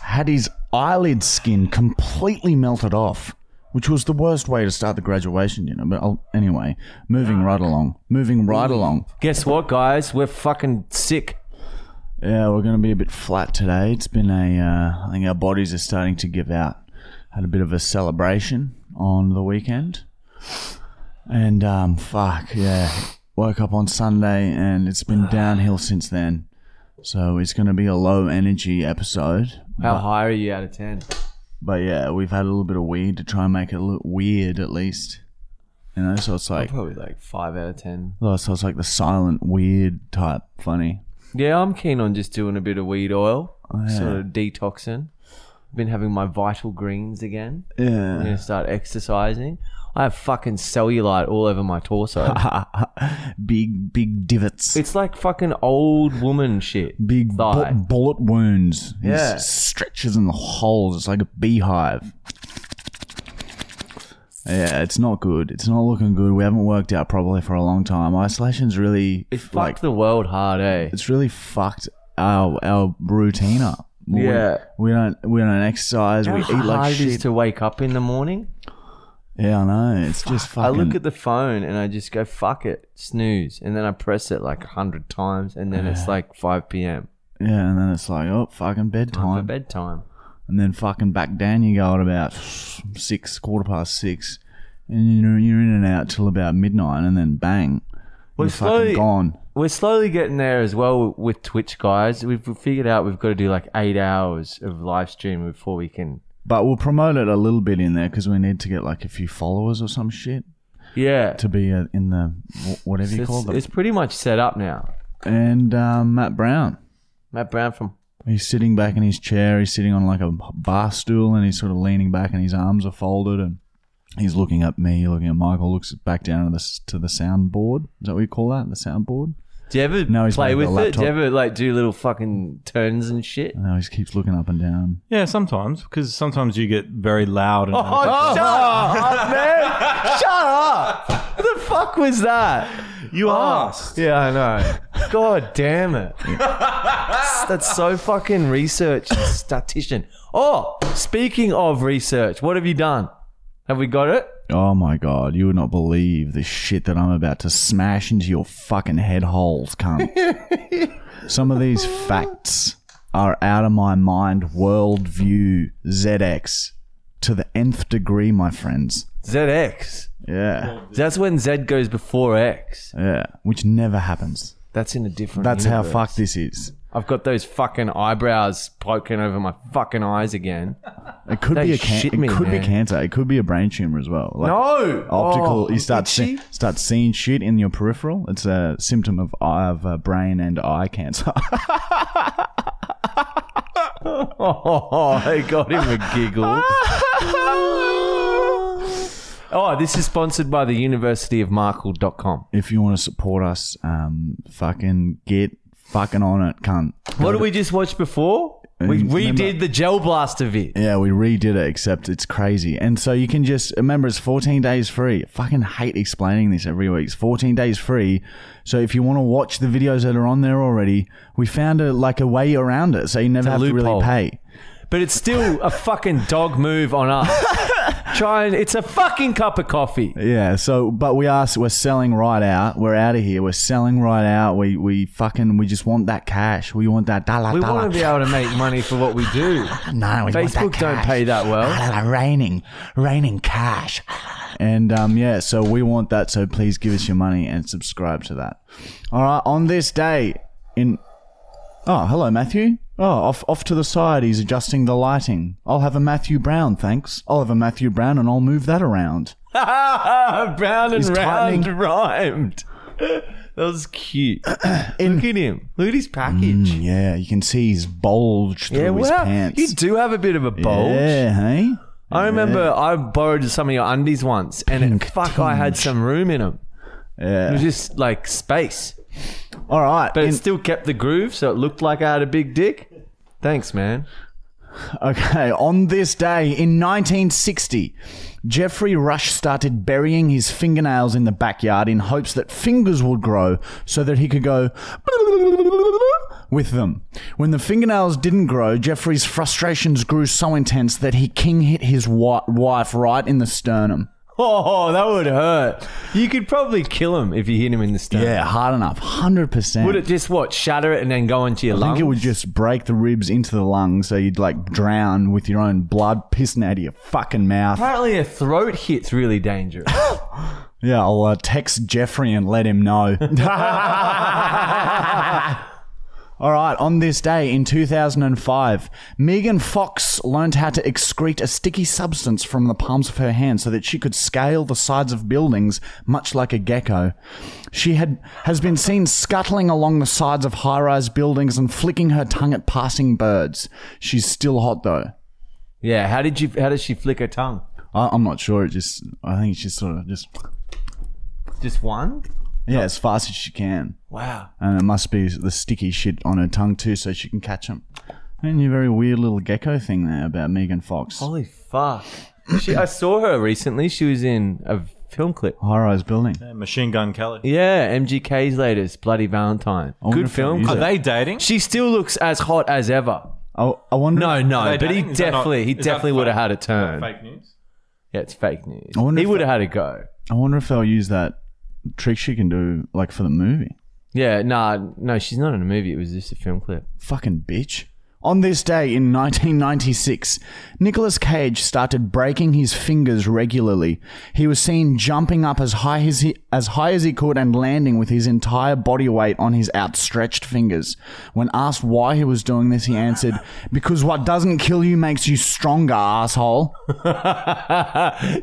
had his eyelid skin completely melted off, which was the worst way to start the graduation dinner. But I'll, anyway, moving right along, moving right along. Guess what, guys? We're fucking sick. Yeah, we're going to be a bit flat today. It's been a, uh, I think our bodies are starting to give out. Had a bit of a celebration on the weekend, and um, fuck yeah, woke up on Sunday and it's been downhill since then. So it's going to be a low energy episode. How high are you out of 10? But yeah, we've had a little bit of weed to try and make it look weird at least. You know, so it's like Probably like 5 out of 10. oh, so it's like the silent weird type funny. Yeah, I'm keen on just doing a bit of weed oil, Oh, sort of detoxing. I've been having my vital greens again. I'm Yeah. going to start exercising. I have fucking cellulite all over my torso. big big divots. it's like fucking old woman shit. big bu- thigh. bullet wounds. There's Yeah. Stretches in the holes. It's like a beehive. Yeah, it's not good. It's not looking good. We haven't worked out properly for a long time. Isolation's really It fucked like the world hard, eh? it's really fucked our our routine up. We- Yeah. we, don't we don't exercise. How we eat hard like it is shit. to wake up in the morning. yeah, I know. It's just I fucking. look at the phone and I just go fuck it, snooze, and then I press it like a hundred times, and then it's like five p.m. yeah, and then it's like oh fucking time for bedtime, bedtime. and then fucking back down you go at about six, quarter past six, and you're you're in and out till about midnight, and then bang, We're you're slowly- fucking gone. We're slowly getting there as well with Twitch, guys. We've figured out we've got to do like eight hours of live stream before we can. But we'll promote it a little bit in there because we need to get like a few followers or some shit Yeah, to be uh, in the wh- whatever you call it's, them. it's pretty much set up now. and um, Matt Brown. Matt Brown from He's sitting back in his chair. He's sitting on like a bar stool, and he's sort of leaning back, and his arms are folded, and he's looking at me, looking at Michael. Looks back down to the s- to the soundboard. Is that what you call that? The soundboard. Do you ever No, he's play made the with it? Do laptop. you ever like do little fucking turns and shit? And now he just keeps looking up and down. Yeah, sometimes because sometimes you get very loud and Oh, shut up, man! Shut up! What the fuck was that? you asked. Yeah, I know. God damn it. That's so fucking research and statistician. Oh, speaking of research, what have you done? Have we got it? Oh my god! You would not believe the shit that I'm about to smash into your fucking head holes, cunt. Some of these facts are out of my mind. Worldview ZX to the nth degree, my friends. ZX. Yeah, That's when Z goes before X. yeah. Which never happens. That's in a different. That's how universe. fucked this is. I've got those fucking eyebrows poking over my fucking eyes again. It could They be a can- shit it me, could be man. cancer. It could be a brain tumor as well. Like No! optical. Oh, you start itchy? see- start seeing shit in your peripheral. It's a symptom of eye, of uh, brain and eye cancer. Oh, I got him a giggle. oh, this is sponsored by the University of Markle.com. if you want to support us, um, fucking get fucking on it, cunt. What did we just watch before? We Um, redid remember- the Gel Blaster vid. Yeah, we redid it, except it's crazy. And so you can just remember it's 14 days free. I fucking hate explaining this every week. It's 14 days free. So if you want to watch the videos that are on there already, we found a like a way around it. So you never a have to really loophole. pay. But it's still a fucking dog move on us. Try and it's a fucking cup of coffee. Yeah. So, but we are we're selling right out. We're out of here. We're selling right out. We we fucking we just want that cash. We want that dollar. We dollar. want to be able to make money for what we do. No, we want that Facebook don't cash. pay that well. Ah, raining, raining cash. And um, yeah, so we want that. So please give us your money and subscribe to that. All right. On this day in, oh hello Matthew. Oh, off off to the side. He's adjusting the lighting. I'll have a Matthew Brown, thanks. I'll have a Matthew Brown, and I'll move that around. Brown and He's round tightening. rhymed. That was cute. Look at him. Look at his package. Mm, yeah, you can see he's bulged yeah, through his wow. pants. You do have a bit of a bulge. Yeah, hey. I remember I borrowed some of your undies once, and it, Pink fuck, I had tinge. some room in them. It was Yeah. just like space, All right. but in- it still kept the groove, so it looked like I had a big dick. Thanks, man. Okay, on this day in 1960, Jeffrey Rush started burying his fingernails in the backyard in hopes that fingers would grow so that he could go with them. When the fingernails didn't grow, Jeffrey's frustrations grew so intense that he king hit his wi- wife right in the sternum. Oh, that would hurt. You could probably kill him if you hit him in the stomach. Yeah, hard enough, 100%. Would it just what shatter it and then go into your I think lungs? it would just break the ribs into the lungs so you'd like drown with your own blood pissing out of your fucking mouth. Apparently, a throat hit's really dangerous. Yeah, I'll uh, text Jeffrey and let him know. All right, on this day in 2005, Megan Fox learned how to excrete a sticky substance from the palms of her hands so that she could scale the sides of buildings much like a gecko. She had has been seen scuttling along the sides of high-rise buildings and flicking her tongue at passing birds. She's still hot though. yeah. How did you? How does she flick her tongue? I, I'm not sure. It just I think she's sort of just Just one? yeah, as fast as she can. Wow. and it must be the sticky shit on her tongue too, so she can catch them. And your very weird little gecko thing there about Megan Fox. Holy fuck. she, I saw her recently. She was in a film clip. High rise building. Yeah, Machine Gun Kelly. Yeah, MGK's latest, Bloody Valentine. wonder Good if they'll film. use Are clip. it. they dating? She still looks as hot as ever. I, I wonder. No, no, Are they but he dating? Is that definitely, not- he is that definitely fake? would have had a turn. Fake news. Yeah, it's fake news. I wonder He if would that- have had a go. I wonder if they'll use that trick she can do, like for the movie. Yeah, nah, no, she's not in a movie. It was just a film clip. Fucking bitch. On this day in 1996, Nicolas Cage started breaking his fingers regularly. He was seen jumping up as high as he, as high as he could and landing with his entire body weight on his outstretched fingers. When asked why he was doing this, he answered, "Because what doesn't kill you makes you stronger, asshole."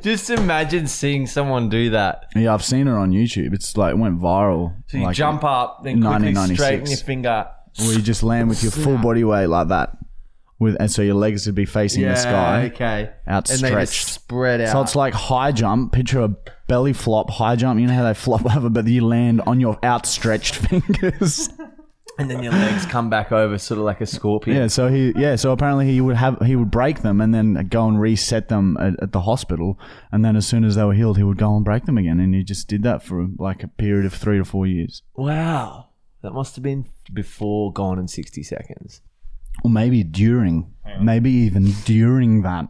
just imagine seeing someone do that. Yeah, I've seen it on YouTube. It's like it went viral. So you Like, jump up, then quickly 1996. straighten your finger. where you just land with your full body weight like that, with and so your legs would be facing the sky. okay. And they Outstretched. just spread out. So it's like high jump. Picture a belly flop, high jump. You know how they flop over, but you land on your outstretched fingers. and then your legs come back over, sort of like a scorpion. yeah. So he, yeah. So apparently he would have, he would break them and then go and reset them at, at the hospital. And then as soon as they were healed, he would go and break them again. And he just did that for like a period of three to four years, Wow. That must have been before Gone in 60 Seconds. or maybe during, maybe even during that.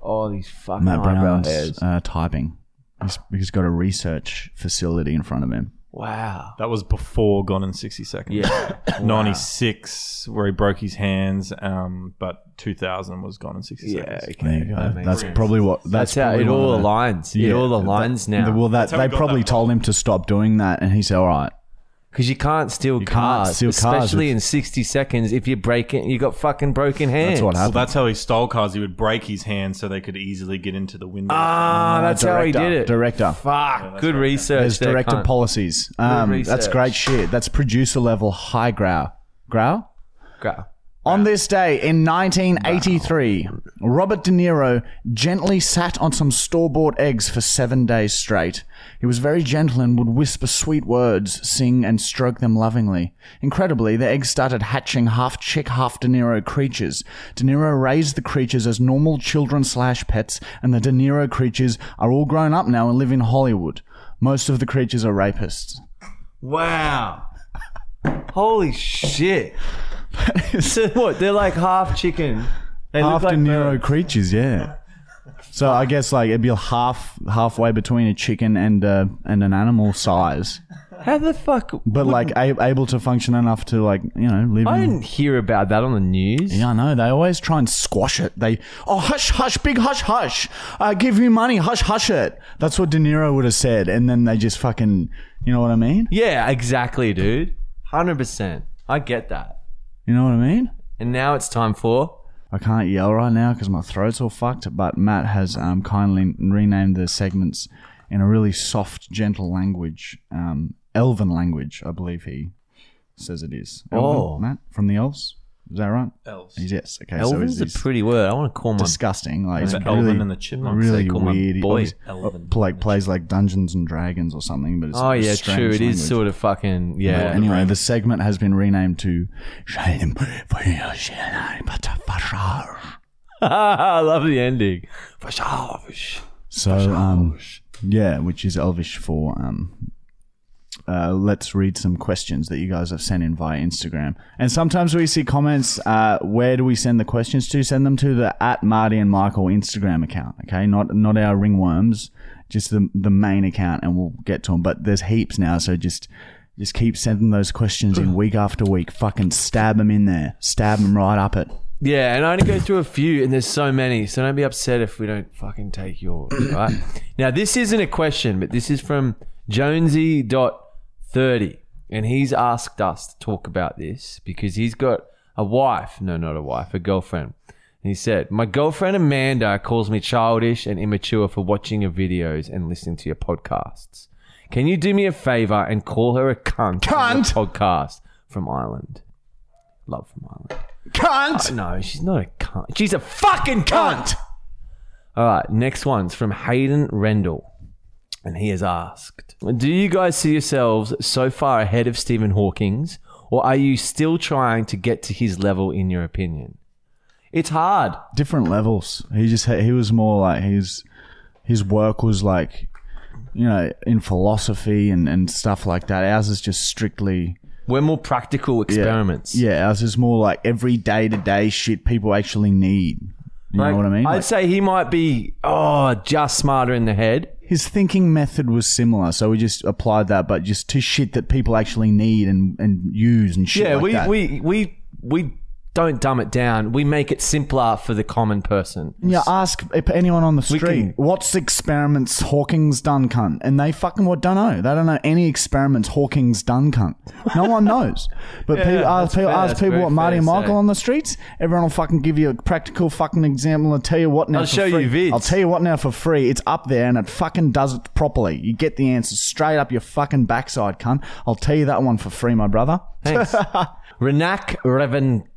Oh, these fucking Matt eyebrow Brown's hairs. uh, typing. He's, he's got a research facility in front of him. Wow. That was before Gone in 60 Seconds. Yeah. 96, where he broke his hands, um, but 2000 was Gone in 60 Yeah. Seconds. There Okay. you That go. makes That's sense. probably what. That's, That's how probably it one all of the- aligns. Yeah, it all that- aligns now. Well, that how we they got probably that told him to stop doing that, and he said, "All right, Because you can't steal cars, steal cars especially if- in 60 seconds if you're breaking, you got fucking broken hands. that's what Well, happened." that's how he stole cars. He would break his hands so they could easily get into the window. Ah, that's how he did it. Uh, Director. Fuck. good research. There's there, director cunt. policies. Um, Good that's research. great shit. That's producer level high growl. Growl. Gra- On this day in 1983, Robert De Niro gently sat on some store bought eggs for seven days straight. He was very gentle and would whisper sweet words, sing, and stroke them lovingly. Incredibly, the eggs started hatching half chick, half De Niro creatures. De Niro raised the creatures as normal children slash pets, and the De Niro creatures are all grown up now and live in Hollywood. Most of the creatures are rapists. Wow. Holy shit. so what? They're like half chicken. They half look like De Niro birds. creatures, yeah. So I guess like it'd be half halfway between a chicken and uh, and an animal size, How the fuck? but like a- able to function enough to like you know live. I in, didn't hear about that on the news. yeah, I know. They always try and squash it. They oh hush hush big hush hush. I give you money hush hush it. That's what De Niro would have said, and then they just fucking you know what I mean. Yeah, exactly, dude. 100%. I get that. You know what I mean. And now it's time for. I can't yell right now because my throat's all fucked. But Matt has um, kindly renamed the segments in a really soft, gentle language um, elven language, I believe he says it is. Elven, Oh. Matt from the elves, is that right? Elves. He's yes. Okay, Elven's so a he's, he's pretty word. I want to call my disgusting. Like it's The really, Elven and the Chipmunks, really they call my weird. He boy always- Elven. uh, like plays like Dungeons and Dragons or something, but it's Oh a yeah, strange true. It language. is sort of fucking yeah. Well, anyway, the segment has been renamed to Shame for your shame, but for sure. I love the ending. For sure. So, um, yeah, which is Elvish for. Um, uh, let's read some questions that you guys have sent in via Instagram. And sometimes we see comments. Uh, where do we send the questions to? Send them to the at Marty and Michael Instagram account. Okay, not not our ringworms, just the the main account, and we'll get to them. But there's heaps now, so just just keep sending those questions in week after week. Fucking stab them in there. Stab them right up it. Yeah, and I only go through a few, and there's so many, so don't be upset if we don't fucking take yours. Right now, this isn't a question, but this is from Jonesy dot thirty, and he's asked us to talk about this because he's got a wife. No, not a wife, a girlfriend. And he said, "My girlfriend Amanda calls me childish and immature for watching your videos and listening to your podcasts. Can you do me a favor and call her a cunt? on your podcast from Ireland. Love from Ireland." Cunt. No, she's not a cunt. She's a fucking cunt. All right, next one's from Hayden Rendell. And he has asked Do you guys see yourselves so far ahead of Stephen Hawking's, or are you still trying to get to his level in your opinion? It's hard. different levels. He just had, he was more like his his work was like you know in philosophy and and stuff like that. Ours is just strictly We're more practical experiments. yeah. Ours is more like every day to day shit people actually need. You know what I mean? I'd Like, say he might be, oh, just smarter in the head. his thinking method was similar, so we just applied that, but just to shit that people actually need and and use and shit. Yeah, like we, that. we, we, we don't dumb it down. We make it simpler for the common person. Yeah, ask if anyone on the street can- what's experiments Hawking's done, cunt, and they fucking what don't know. They don't know any experiments Hawking's done, cunt. No one knows. But people, ask that's people, fair. ask That's people very what Marty fair and to Michael say. on the streets. Everyone will fucking give you a practical fucking example and tell you what now. I'll for show you free. vids. I'll tell you what now for free. It's up there and it fucking does it properly. You get the answer straight up your fucking backside, cunt. I'll tell you that one for free, my brother. Thanks. Renak Revanka.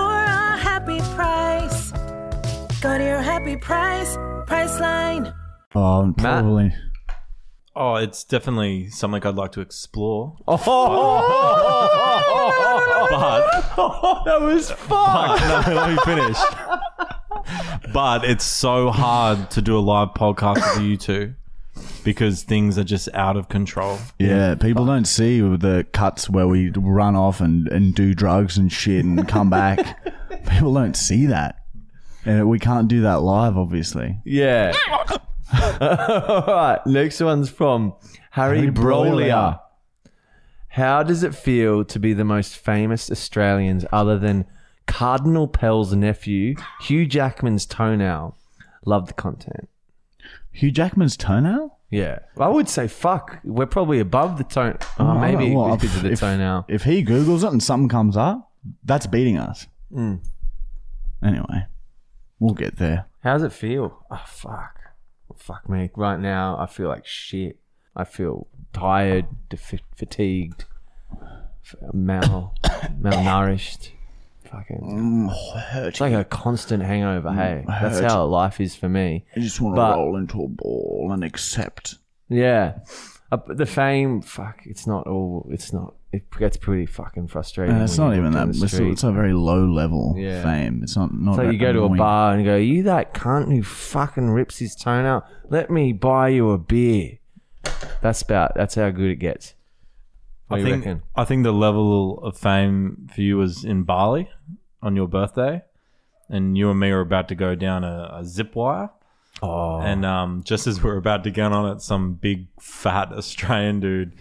a happy price. Go to your happy price, price line. Oh, probably. Oh, it's definitely something I'd like to explore. Oh, Oh, But, that was fun. no, let me finish. But it's so hard to do a live podcast with you two because things are just out of control. Yeah, people don't see the cuts where we run off and, and do drugs and shit and come back. people don't see that. And we can't do that live, obviously. Yeah. All right. Next one's from Harry, Harry Brolia. Brolia. How does it feel to be the most famous Australians other than Cardinal Pell's nephew, Hugh Jackman's toenail? Love the content. Hugh Jackman's toenail? Yeah. I would say fuck. We're probably above the tone. Oh, I don't maybe know. it's because of the if, toenail. If he Googles it and something comes up, that's beating us. Anyway, we'll get there. How does it feel? Oh, fuck. Fuck me. Right now, I feel like shit. I feel tired, defi- fatigued, f- mal, malnourished. Fucking. Mm, It's like a constant hangover, hey. That's how life is for me. I just want But- to roll into a ball and accept. Yeah. Uh, The fame, fuck, it's not all, it's not, it gets pretty fucking frustrating. And Uh, it's when not you even walk down that. the It's, street. it's a very low level Yeah. fame. It's not. not So that you go to a annoying. bar and go, you that cunt who fucking rips his tone out. Let me buy you a beer. That's about. That's how good it gets. What I do you think reckon? I think the level of fame for you was in Bali on your birthday, and you and me were about to go down a, a zip wire. Oh, And um, just as we're about to get on it, some big fat Australian dude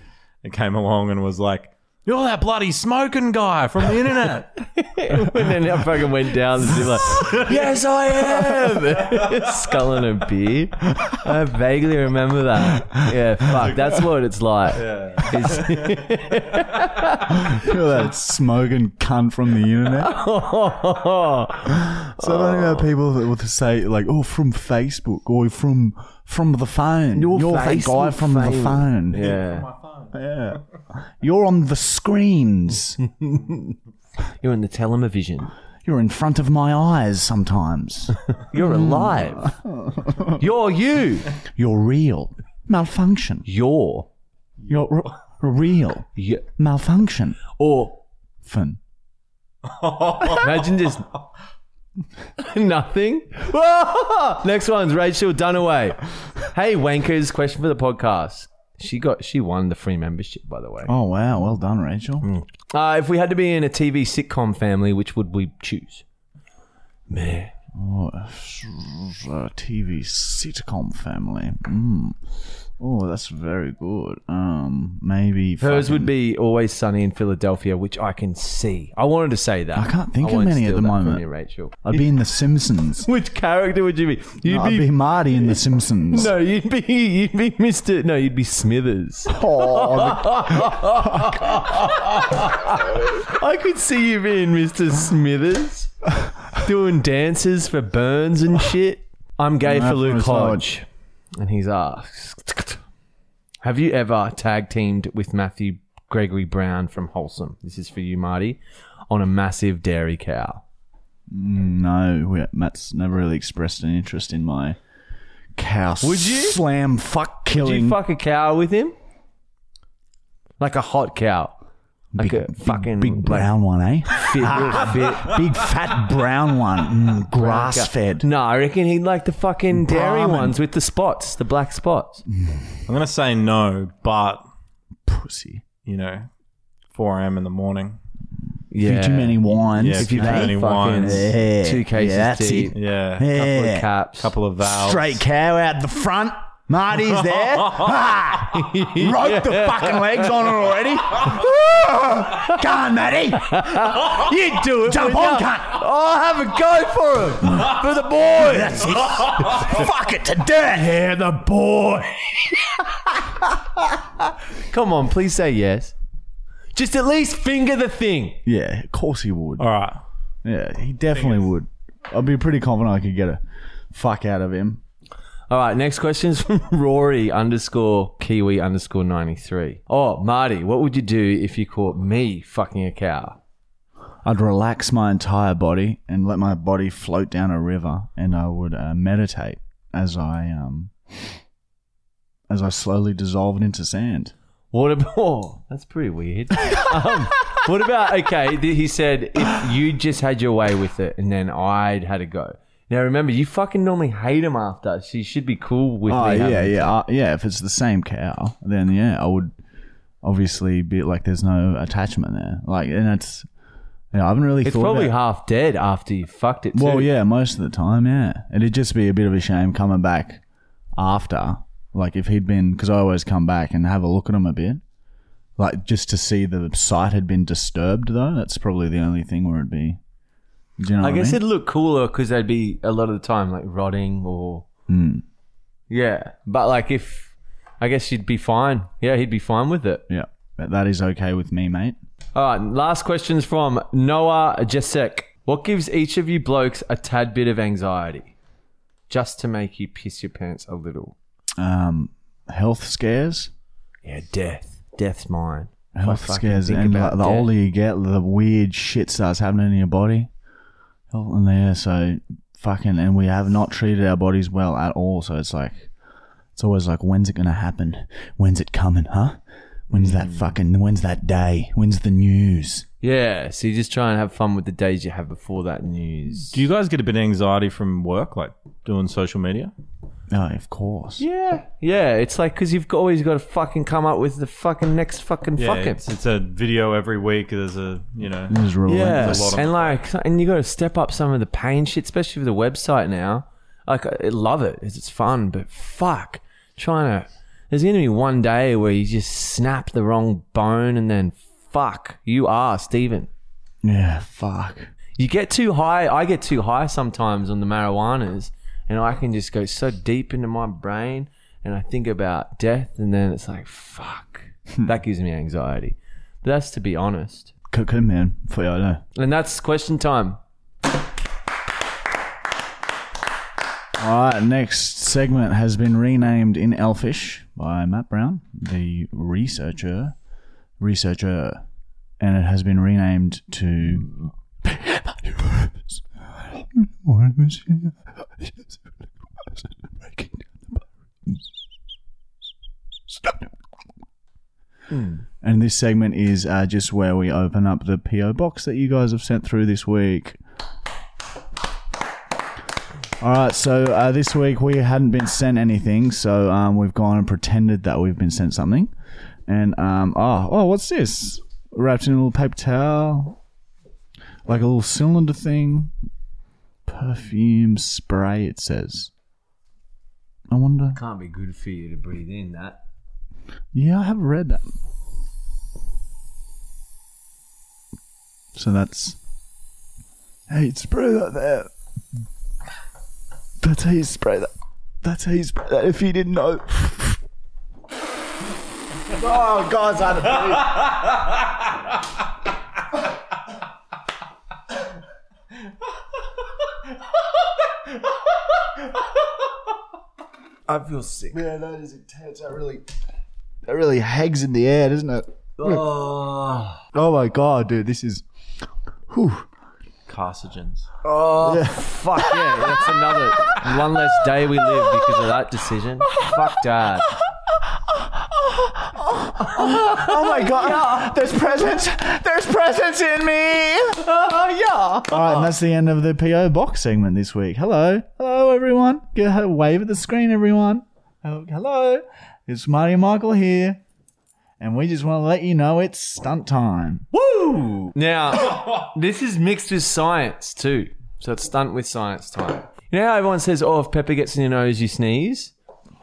and came along and was like, "You're that bloody smoking guy from the internet." and then I fucking went down and was like, yes, I am. Sculling a beer. I vaguely remember that. Yeah, fuck. That's what it's like. It's- You're that smoking cunt from the internet. So I don't Oh. know people that will say like, "Oh, from Facebook or from from the phone." Your You're that guy Facebook from the fame. phone. yeah. yeah. You're on the screens. You're in the television. You're in front of my eyes sometimes. You're alive. You're you. You're real. Malfunction. You're. You're r- real. you. Malfunction. Oh. Or Fun. imagine just nothing. Next one's Rachel Dunaway. Hey, wankers. Question for the podcast. She got. She won the free membership, by the way. Oh wow, well done, Rachel. Uh, if we had to be in a TV sitcom family, which would we choose? Man. Oh, uh, TV sitcom family. Mm. Oh, that's very good. Um, maybe Hers fucking- would be Always Sunny in Philadelphia, which I can see. I wanted to say that. I can't think of won't many at steal the that from moment. you, Rachel. I'd be in The Simpsons. Which character would you be? You'd I'd be, be Marty in The Simpsons. No, you'd be you'd be Mr. No, you'd be Smithers. Oh, I could see you being Mr. Smithers. Doing dances for Burns and shit. I'm gay No, for Luke it's not. Hodge. And he's asked Have you ever tag teamed with Matthew Gregory Brown from Wholesome? This is for you, Marty. On a massive dairy cow. no, we, Matt's never really expressed an interest in my cow Would you? slam fuck Did killing you fuck a cow with him? Like a hot cow. Like a fucking big brown one, eh? like, fit, little fit. big fat brown one, mm, grass fed. No, I reckon he'd like the fucking dairy Brahmin. ones with the spots, the black spots. I'm gonna say no, but Pussy. you know, 4 a.m. in the morning. Yeah. Few too many wines. Yeah, If you've Too had many fucking wines. Yeah. two cases Yeah, that's deep, it. Yeah, couple Yeah. of caps, couple of vowels. Straight cow out the front. Marty's there. ha! Rope the fucking legs on her already. Ah! Go on, Matty. You do it. Jump with on, that. cunt. I'll Oh, have a go for him for the boy. That's it. Fuck it to death. Yeah, the boy. Come on, please say yes. Just at least finger the thing. Yeah, of course he would. All right. Yeah, he definitely would. I'd be pretty confident I could get a fuck out of him. All right, next question is from Rory underscore Kiwi underscore ninety three. Oh, Marty, what would you do if you caught me fucking a cow? I'd relax my entire body and let my body float down a river, and I would uh, meditate as I um as I slowly dissolved into sand. What about? Oh, that's pretty weird. um, what about? Okay, th- he said if you just had your way with it, and then I'd had a go. Now remember, you fucking normally hate him after, so you should be cool with Oh me. yeah, having- yeah, uh, yeah. If it's the same cow, then yeah, I would obviously be like, there's no attachment there. Like, and it's, you know, I haven't really It's thought. probably about, half dead after you fucked it. Too. Well, yeah, most of the time, yeah. It'd just be a bit of a shame coming back after, like if he'd been, because I always come back and have a look at him a bit, like just to see the site had been disturbed. Though that's probably the only thing where it'd be. Do you know I what guess mean? it'd look cooler because they'd be a lot of the time like rotting or Hmm. yeah. But like if I guess you'd be fine. Yeah, he'd be fine with it. yeah, but that is okay with me, mate. All right, last question's from Noah Jesek. What gives each of you blokes a tad bit of anxiety, just to make you piss your pants a little? Um, health scares. Yeah, death. Death's mine. Health Fuck, I can scares, think and like, about the death. older you get, the weird shit starts happening in your body. Health and there, so fucking, and we have not treated our bodies well at all. So it's like, it's always like, when's it gonna happen? When's it coming? Huh? When's Hmm. that fucking? When's that day? When's the news? Yeah, so you just try and have fun with the days you have before that news. Do you guys get a bit of anxiety from work, like doing social media? Oh, of course. Yeah, yeah. It's like because you've got, always got to fucking come up with the fucking next fucking fucking. It's, it's a video every week. There's a you know. It is Yeah, relentless. lot of- and like, and you got to step up some of the pain shit, especially with the website now. Like, I I love it, 'cause it's fun, but fuck, trying to there's going to be one day where you just snap the wrong bone and then fuck, you are Steven. Yeah, fuck. You get too high. I get too high sometimes on the marijuanas, and I can just go so deep into my brain, and I think about death, and then it's like fuck. that gives me anxiety. But that's to be honest, Cocoa man. For you, I know. and that's question time. All right, next segment has been renamed in Elfish by Matt Brown, the researcher, researcher, and it has been renamed to. And this segment is uh, just where we open up the PO box that you guys have sent through this week. All right, so uh, this week we hadn't been sent anything, so um, we've gone and pretended that we've been sent something. And um, oh, oh, what's this? Wrapped in a little paper towel, like a little cylinder thing, perfume spray. It says. I wonder. Can't be good for you to breathe in that. Yeah, I have read that. So that's. Hey, you spray that there. That's how you spray that. That's how you spray that if you didn't know. oh, God's out of I feel sick. Man, that is intense. That really. That really hangs in the air, doesn't it? Oh, Oh my God, dude, this is. Whew. Carcinogens. fuck yeah! That's another one less day we live because of that decision. Fuck dad. Oh my god! There's presents! There's presents in me! yeah! Alright, and that's the end of the PO box segment this week. Hello! Hello, everyone! Get a wave at the screen, everyone! Oh, Hello! It's Marty and Michael here, and we just want to let you know it's stunt time. Woo! Now, this is mixed with science too. So it's stunt with science time. You know how everyone says, oh, if pepper gets in your nose, you sneeze?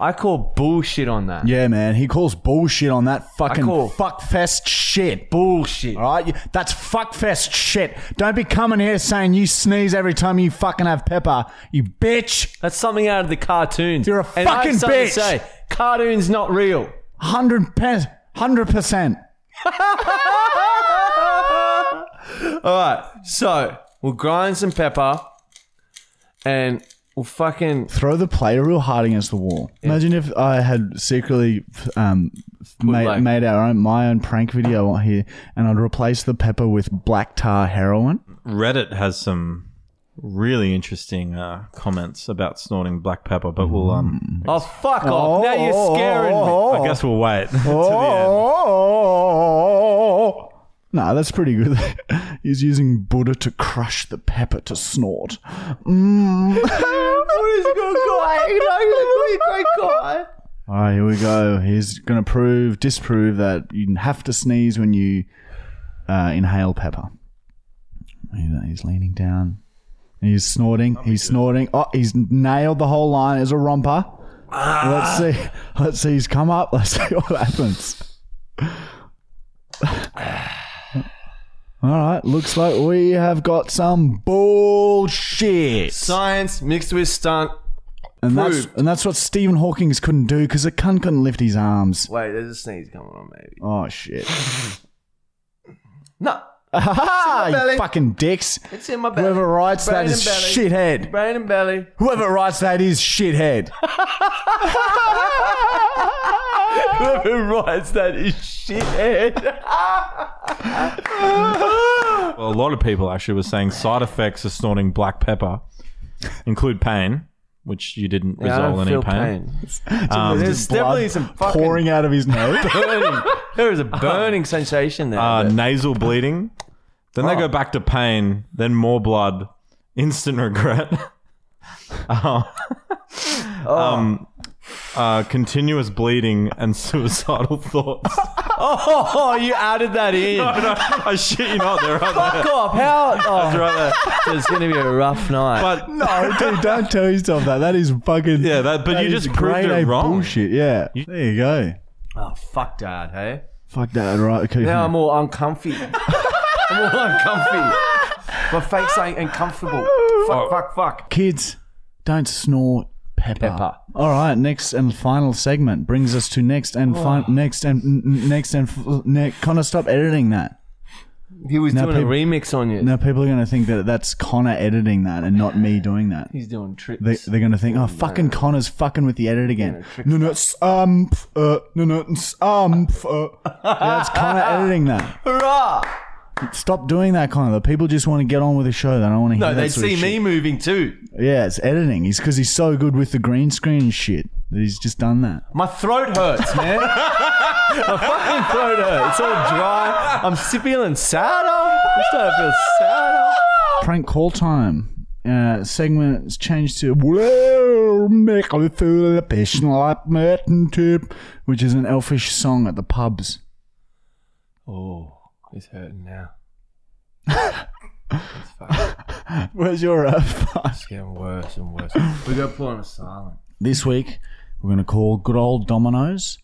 I call bullshit on that. Yeah, man, he calls bullshit on that fucking call- fuckfest shit. Bullshit. All right, You- that's fuckfest shit. Don't be coming here saying you sneeze every time you fucking have pepper, you bitch. That's something out of the cartoons. You're a And I have fucking something to bitch. say. Cartoons not real. Hundred percent. Hundred percent. All right. So we'll grind some pepper and we'll fucking Throw the plate real hard against the wall. Imagine if I had secretly um, made, like- made our own my own prank video on here, and I'd replace the pepper with black tar heroin. Reddit has some really interesting uh, comments about snorting black pepper, but we'll um. Oh, fuck off. now you're scaring me. I guess we'll wait. to the end. Oh. Nah, that's pretty good. He's using Buddha to crush the pepper to snort. Mm. Buddha's good guy. You know, he's a great guy. All right, here we go. He's going to prove, disprove that you have to sneeze when you uh, inhale pepper. He's- He's leaning down. He's snorting. He's snorting. Oh, he's nailed the whole line as a romper. Let's see. Let's see. He's come up. Let's see what happens. All right. Looks like we have got some bullshit. Science mixed with stunt. and that's proved. and that's what Stephen Hawking's couldn't do because the cunt couldn't lift his arms. Wait, there's a sneeze coming on, maybe. Oh shit! No. Ha Ah, You belly. fucking dicks. It's in my belly. Whoever writes that Brain is and belly. shithead. Brain and belly. Whoever writes that is shithead. Whoever writes that is shithead. Well, a lot of people actually were saying side effects of snorting black pepper include pain, which you didn't I resolve don't any feel pain. pain. There's definitely some fucking- Um, pouring out of his nose. Burning. There is a burning sensation there. Uh, nasal bleeding. Then they go back to pain. Then more blood. Instant regret. Uh, um, uh, continuous bleeding and suicidal thoughts. Oh, you added that in. I shit you not. They're right there. Fuck off. How? They're Oh, right there. it's going to be a rough night. But No, dude, don't tell yourself that. That is fucking. Yeah, that- but you is just proved grade it A wrong. Bullshit. Yeah. there you go. oh, fuck dad, hey? Fuck that. Right. Okay. Now I'm all uncomfy. I'm all uncomfy. My face ain't uncomfortable. Fuck, fuck, fuck. Kids, don't snort pepper. Pepper. All right, next and final segment brings us to next and Oh. fin- next and n- n- next and f- ne- Connor, stop editing that. He was Now doing peop- a remix on you. Now people are going to think that that's Connor editing that and not me doing that. He's doing tricks. They, they're going to think, oh, fucking Connor's fucking with the edit again. No, no, it's, um, pff, uh, no, no, it's, um, pff, uh. Yeah, it's Connor editing that. Hurrah! Stop doing that, Connor. The people just want to get on with the show. They don't want to hear No, that they'd sort of see shit. me moving too. Yeah, it's editing. He's because he's so good with the green screen and shit that he's just done that. My throat hurts, man. My fucking throat hurts. It's all dry. I'm s- feeling sadder. I'm starting to feel sadder. Prank call time. Uh, segment has changed to Well, Michael through the passion like Merton Tip, which is an elfish song at the pubs. Oh, it's hurting now. it's Where's your uh, getting worse and worse. We got to put on a silent. This week, we're going to call good old Domino's.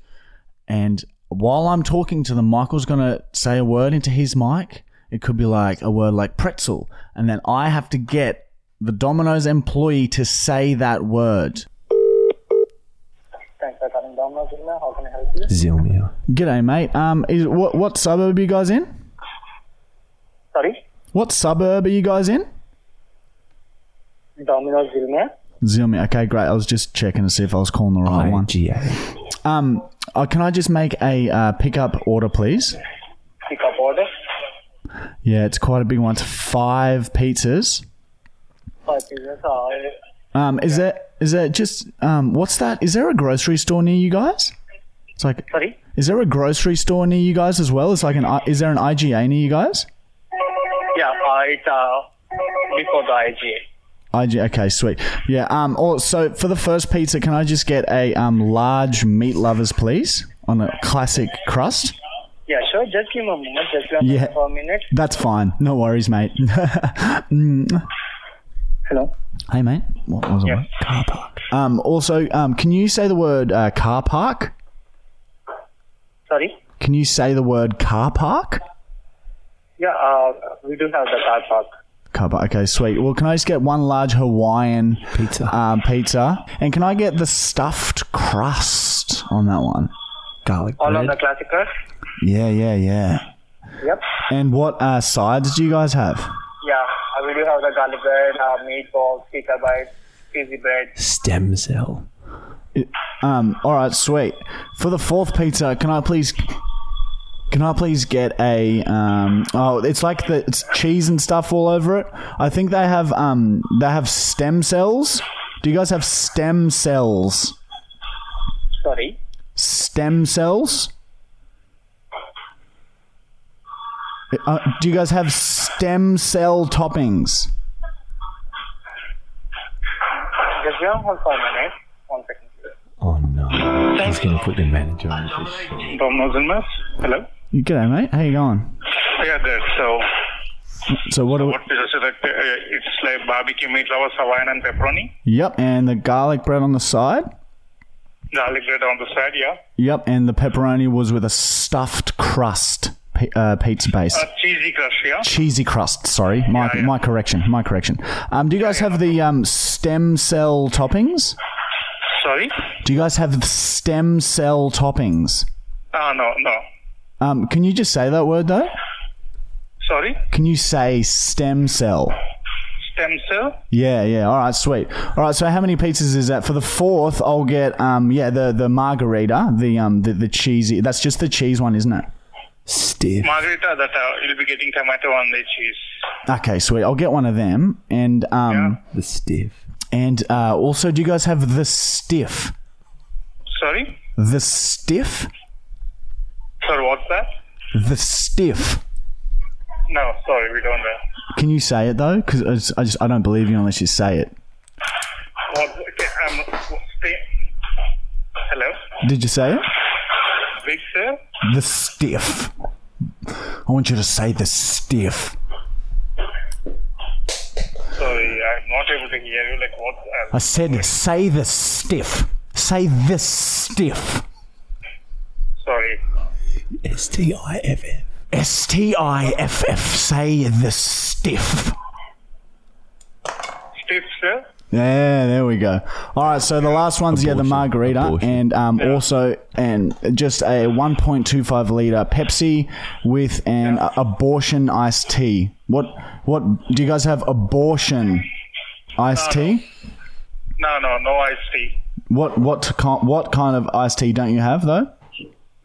And while I'm talking to them, Michael's going to say a word into his mic. It could be like a word like pretzel. And then I have to get the Domino's employee to say that word. Thanks for calling Domino's Pizza. How can I help you? Zilmia. G'day, mate. Um, is, what, what suburb are you guys in? Sorry, What suburb are you guys in? Domino's Vilma. Zilmi. Okay, great. I was just checking to see if I was calling the right one. IGA. Um, uh, can I just make a uh, pickup order, please? Pick up order. Yeah, it's quite a big one. It's five pizzas. Five pizzas. Uh, Um, is there is there just um, what's that? Is there a grocery store near you guys? It's like, sorry. is there a grocery store near you guys as well? It's like an I- is there an IGA near you guys? Yeah, uh, it's uh, before the IGA. IG, okay, sweet. Yeah. Um. Or so for the first pizza, can I just get a um large meat lovers, please, on a classic crust? Yeah, sure. Just give me a moment. Just give me Yeah. for a minute. That's fine. No worries, mate. Mm. Hello. hey, mate. What was it? Car park. Um. Also, um. Can you say the word uh, car park? Sorry. Can you say the word car park? Yeah, uh, we do have the car park. Cover. Okay, sweet. Well, can I just get one large Hawaiian Pizza. um, pizza? And can I get the stuffed crust on that one? Garlic All bread. of the classic cars. Yeah, yeah, yeah. Yep. And what uh, sides do you guys have? Yeah, uh, we do have the garlic bread, uh, meatballs, chicken bites, cheesy bread. Stem cell. Um, all right, sweet. For the fourth pizza, can I please? Can I please get a? Um, oh, it's like the it's cheese and stuff all over it. I think they have um, they have stem cells. Do you guys have stem cells? Sorry. stem cells? Uh, do you guys have stem cell toppings? Just give me for a minute. One second. Oh no. He's going to put the manager on this. Domino's Vilma. Hello. G'day, mate. How you going? Yeah, good. So, So what? Do we- what is it? Like, uh, it's like barbecue meat lovers, Hawaiian and pepperoni. yep, and the garlic bread on the side. Garlic bread on the side, yeah. Yep, and the pepperoni was with a stuffed crust pi- uh, pizza base. Uh, cheesy crust, yeah. Cheesy crust. Sorry, my, Yeah, yeah. my correction, my correction. Um, do you guys have the um, stem cell toppings? Sorry? Do you guys have the stem cell toppings? Ah, no, no. Um, can you just say that word though? Sorry? Can you say stem cell? Stem cell? Yeah, yeah. All right, sweet. All right, so how many pizzas is that? For the fourth, I'll get um yeah, the the margarita, the um the, the cheesy. That's just the cheese one, isn't it? Stiff. Margarita, that uh, you'll be getting tomato on the cheese. Okay, sweet. I'll get one of them. And um The stiff. and uh also do you guys have the stiff? Sorry? The stiff? Sorry, what's that? The stiff. No, sorry, we don't uh, know. Can you say it though? Cuz I just, I just I don't believe you unless you say it. What, okay, um, stay. Hello? Did you say it? Big sir? The stiff. I want you to say the stiff. Sorry, I'm not able to hear you. Like what? I Uh, said, say the stiff. Say the stiff. sorry. S T I F F. S T I F F. Say the stiff. Steve, sir? Yeah, there we go. All right, so the last one's yeah, the margarita, and um, also and just a 1.25 liter Pepsi with an uh, abortion iced tea. What what do you guys have? Abortion iced tea? No, no, no iced tea. What what kind what kind of iced tea don't you have though?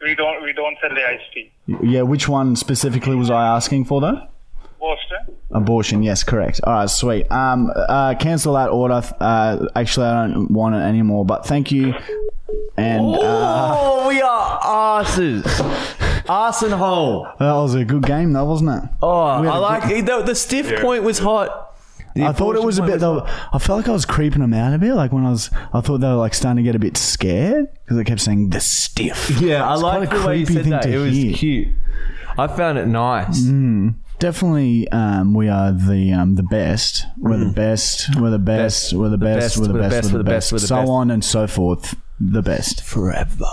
We don't, we don't sell the iced tea. Yeah, which one specifically was I asking for though? Boston? Abortion, yes, correct. All right, sweet. Um, uh, cancel that order. Uh, actually, I don't want it anymore. But thank you. And uh, Oh, we are asses. Arsenhole. that was a good game, though, wasn't it? Oh, We had I a like the, the stiff point was hot. The I thought it was a bit. abortion Though, I felt like I was creeping them out a bit. Like when I was, I thought they were like starting to get a bit scared because they kept saying the stiff. point was- Yeah, I It's like quite a the way you creepy said thing that. to It was hear. cute. I found it nice. Definitely, um, we are the um, the best. We're Mm. the best. We're the best. We're the best. We're the best. We're the best. we're the So best. on and so forth. The best. Forever.